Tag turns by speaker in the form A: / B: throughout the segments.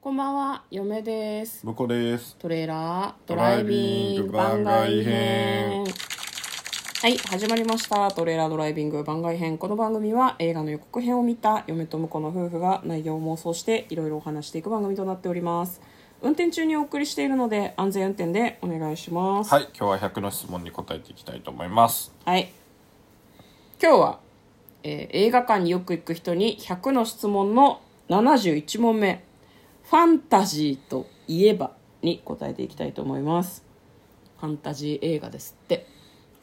A: こんばんは、嫁です。
B: 向こうです
A: トレーラードライビング番外編。はい、始まりました。トレーラードライビング番外編。この番組は映画の予告編を見た嫁と婿の夫婦が内容を妄想していろいろお話していく番組となっております。運転中にお送りしているので安全運転でお願いします。
B: はい今日は100の質問に答えていきたいと思います
A: はい。今日は、えー映画館によく行く人に100の質問の71問目、ファンタジーといえばに答えていきたいと思います。ファンタジー映画ですって。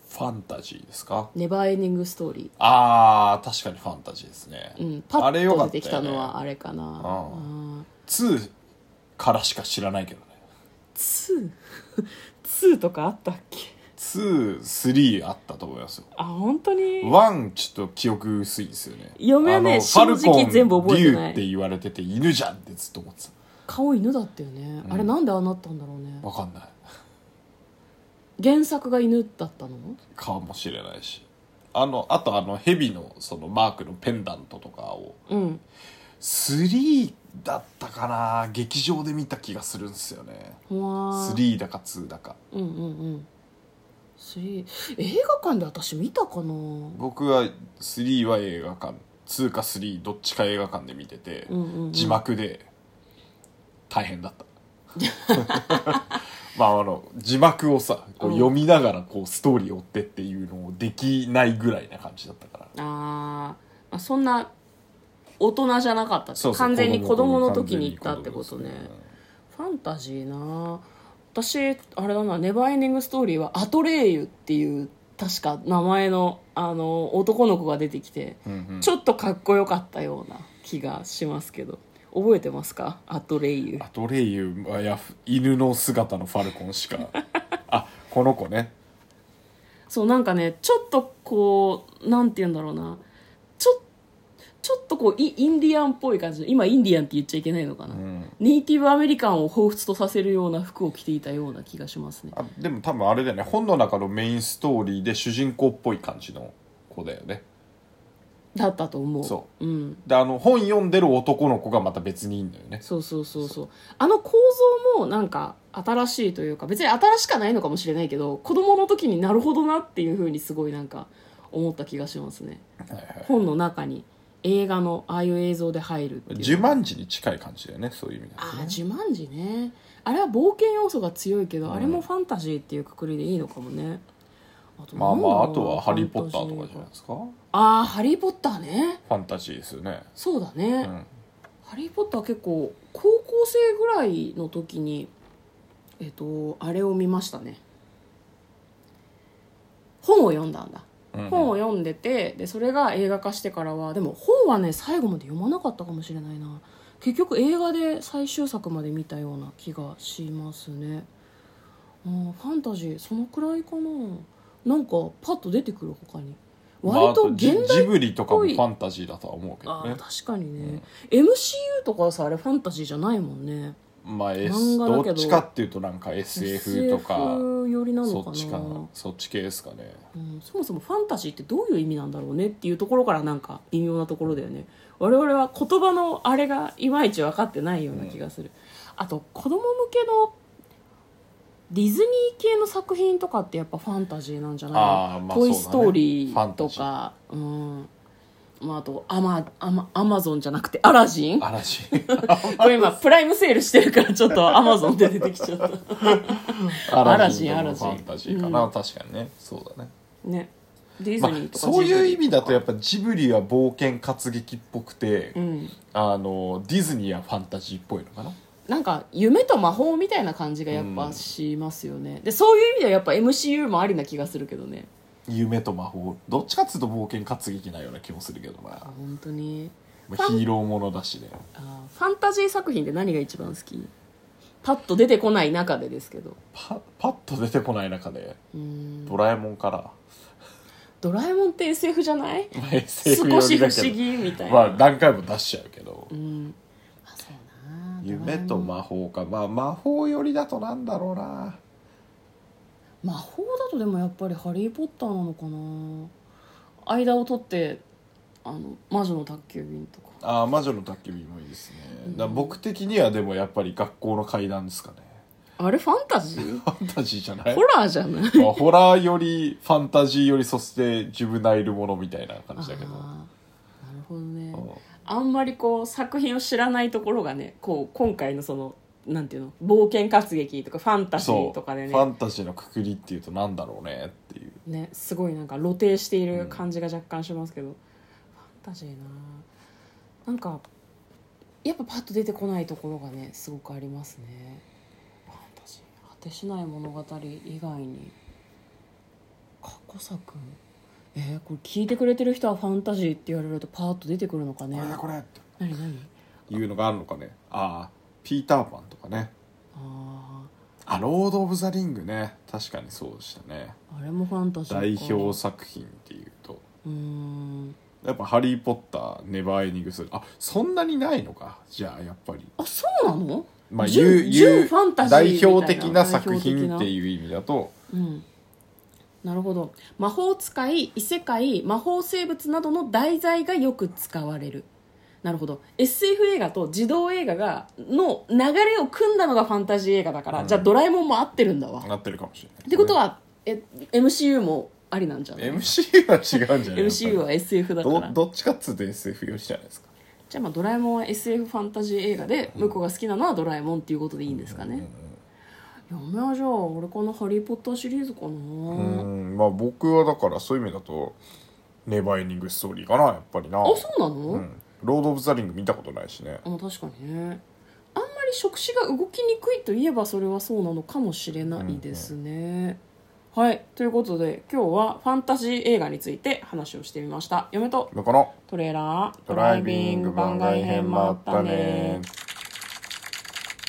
B: ファンタジーですか
A: ネバーエンディングストーリ
B: あー確かにファンタジーですね、
A: ー。うん、パ
B: あれよ
A: ッ
B: か
A: と
B: っ
A: 出てき
B: たよ
A: た
B: ね
A: のはあれかな。あ
B: 2からしか知らないけどね
A: ー 2?2 とかあったっけ
B: 23あったと思いますよ
A: あ、本当に
B: 1ちょっと記憶薄いですよね
A: 嫁はね
B: あの
A: 正直全部覚えてない
B: ファルコン竜って言われてて犬じゃんってずっと思って
A: 顔犬だったよね。あれなんでああなったんだろうね
B: た。わかんない
A: 原作が犬だったの
B: かもしれないしあのあとあの蛇のそのマークのペンダントとかを
A: うん。
B: 3だったかな劇場で見た気がするんですよね
A: ほわー
B: 3だか2だか
A: うんうんうんスリー映画館で私見たかなうん
B: 僕は3は映画館2か3どっちか映画館で見てて、
A: うん、うん、
B: 字幕で大変だった まああの字幕をさこう
A: うん
B: 読みながらこうストーリー追ってっていうのをできないぐらいな感じだったから
A: あー、まあそんな大人じゃなかったって
B: そうそう
A: 完全に子供の時に行ったってことね
B: 完全に子供です
A: ファンタジーな私あれだな「ネバーエンディングストーリー」はアトレイユっていう確か名前のあの男の子が出てきて、
B: うんうん
A: ちょっとかっこよかったような気がしますけど覚えてますかアトレイユ
B: アトレイユはや犬の姿のファルコンしか あこの子ね
A: そうなんかねちょっとこうなんて言うんだろうなちょちょっとこうイインディアンっぽい感じの今インディアンって言っちゃいけないのかな、
B: ん
A: ネイティブアメリカンを彷彿とさせるような服を着ていたような気がしますね
B: あでも多分あれだよね本の中のメインストーリーで主人公っぽい感じの子だよね
A: だったと思う、
B: そう
A: ん、
B: であの本読んでる男の子がまた別にいいんだよね
A: そうそうそうそうあの構造もなんか新しいというか別に新しくはないのかもしれないけど子供の時になるほどなっていうふうにすごいなんか思った気がしますね
B: はいはい
A: 本の中に映画のああいう映像で入るっていう
B: 自慢時に近い感じだよねそういう意味だ
A: あ
B: と
A: あ
B: ね
A: 自慢字ねあれは冒険要素が強いけど、
B: うん
A: あれもファンタジーっていうくくりでいいのかもねあと
B: まあま
A: な
B: あ
A: んだ
B: あ
A: ろ
B: と
A: うな
B: は「ハリー・ポッター」とかじ
A: ファン
B: ゃない
A: タジー
B: ですかフ
A: ああハリー・ポッターね
B: ァンタジーですよね
A: そうだね、
B: うん
A: ハリー・ポッター結構高校生ぐらいの時にえっとあれを見ましたね本を読んだんだ
B: うん
A: 本を読んでてでそれが映画化してからはでも本はね最後まで読まなかったかもしれないな結局映画で最終作まで見たような気がしますねうんファンタジーそのくらいかななんかパッと出てくる他に
B: まあ
A: 割
B: あ
A: と
B: とジ
A: 現代、
B: ジブリとかもファンタジーだとは思うけど
A: あ
B: ね
A: ー確かにね、MCU とかはさあれファンタジーじゃないもんね
B: まあ S
A: 漫画だけ
B: ど
A: ど
B: っちかっていうとなんか SF とか
A: SF 寄りなの
B: そ
A: か
B: っ
A: な
B: ちかなそっち系ですかね
A: うん、そもそもファンタジーってどういう意味なんだろうねっていうところからなんか微妙なところだよね我々は言葉のあれがいまいち分かってないような気がする、あと子供向けのディズニー系の作品とかってやっぱファンタジーなんじゃない
B: あーまあ
A: トイ・
B: そう
A: ス
B: だね
A: トーリ
B: ファ
A: ー」
B: ンタ
A: と
B: ジ
A: かうんまあ、あとアマアマアマゾンじゃなくてアラジン
B: 嵐
A: これ今プライムセールしてるからちょっとアマゾンで出てきちゃった
B: アラ
A: 嵐
B: ジンと
A: 嵐
B: ファンタジーかな、確かにねそうだね、
A: ねディズ
B: まあ
A: ニー、とか、
B: そういう意味だとや
A: っ
B: っぱジブリは冒険活劇っぽくて、
A: ぱうん
B: あのディズニーはファンタジーっぽいのかな
A: なんか夢と魔法みたいな感じがやっぱしますよね、でそういう意味ではやっぱ MCU もありな気がするけどね
B: 夢と魔法どっちかっつうと冒険活劇なような気もするけど
A: あ
B: な、
A: 本当に
B: ま
A: フ
B: あ、
A: ァン
B: ヒーローものだしね
A: あファンタジー作品で何が一番好きパッと出てこない中でですけど
B: パパッと出てこない中で
A: うーん
B: 「ドラえもん」から
A: ドラえもんって SF じゃない
B: まあ SF
A: 少
B: 寄
A: し
B: り
A: 不
B: だ
A: 思
B: け
A: 議みた
B: ど
A: いな、
B: まあ何回も出しちゃうけど、
A: うんあそうな
B: 夢と
A: 魔
B: 魔法かまあ魔法寄りだとなんだろうな
A: 魔法だとでもやっぱり「ハリー・ポッター」なのかな間を取ってあの魔女の宅急便とか
B: ああ魔女の宅急便もいいですね、だから僕的にはでもやっぱり学校の階段ですかね
A: あれファンタジー
B: ファンタジーじゃない
A: ホラーじゃない
B: まあホラーよりファンタジーよりそしてジュブナイルものみたいな感じだけど
A: あーなるほどね
B: うん
A: あんまりこう作品を知らないところがねこう今回のそのなんていうの冒険活劇とかファンタジ
B: そ
A: ー
B: う
A: とかで
B: ファ
A: ね
B: ンタジーのくくりっていうとなんだろうねっていう
A: ねすごいなんか露呈している感じが若干しますけど、ファンタジーななんかやっぱパッと出てこないところがねすごくありますねファンタジー果てしない物語以外に過去作えー、これ聞いてくれてる人はファンタジーって言われるとパーッと出てくるのかね
B: これだこれって
A: 何何
B: いうのがあるのかねああピーターパンとかね
A: あ
B: あロード・オブ・ザ・リングね確かにそうでしたね
A: ああれもファンタジーか
B: 代表作品っていうと
A: うーん
B: やっぱ「ハリー・ポッター」「ネバー・エンディング・ストーリー」あそんなにないのかじゃあやっぱり
A: あそうなの
B: まあ
A: 純
B: 言う
A: 純
B: 言う
A: ファンタジーみた
B: 代
A: いな
B: 表的な作
A: 代
B: 品っ
A: 表
B: て
A: 的
B: いう意味だと
A: なうんなるほど魔法使い異世界魔法生物などの題材がよく使われるなるほど SF 映画と児童映画がの流れを組んだのがファンタジー映画だから、
B: うん
A: じゃあドラえもんも合ってるんだわ、っ
B: なってるかもしれないですね、
A: てことはえ MCU もありなんじゃない
B: MCU は違 うんじゃない
A: MCU は SF だから
B: どどっちかっつうと SF よりじゃないですか
A: じゃあまあドラえもんは SF ファンタジー映画で向こうが好きなのはドラえもんっていうことでいいんですかね、嫁はじゃあ俺この「ハリー・ポッター」シリーズかな、
B: うんまあ僕はだからそういう意味だとネバーエンディングストーリーかなやっぱりな
A: あそうなの、
B: うん、ロード・オブ・ザ・リング見たことないしね
A: あ確かにねあんまり触手が動きにくいといえばそれはそうなのかもしれないですね、はいということで今日はファンタジー映画について話をしてみました嫁と
B: だから
A: トレーラード
B: ドライビング番外編もあったね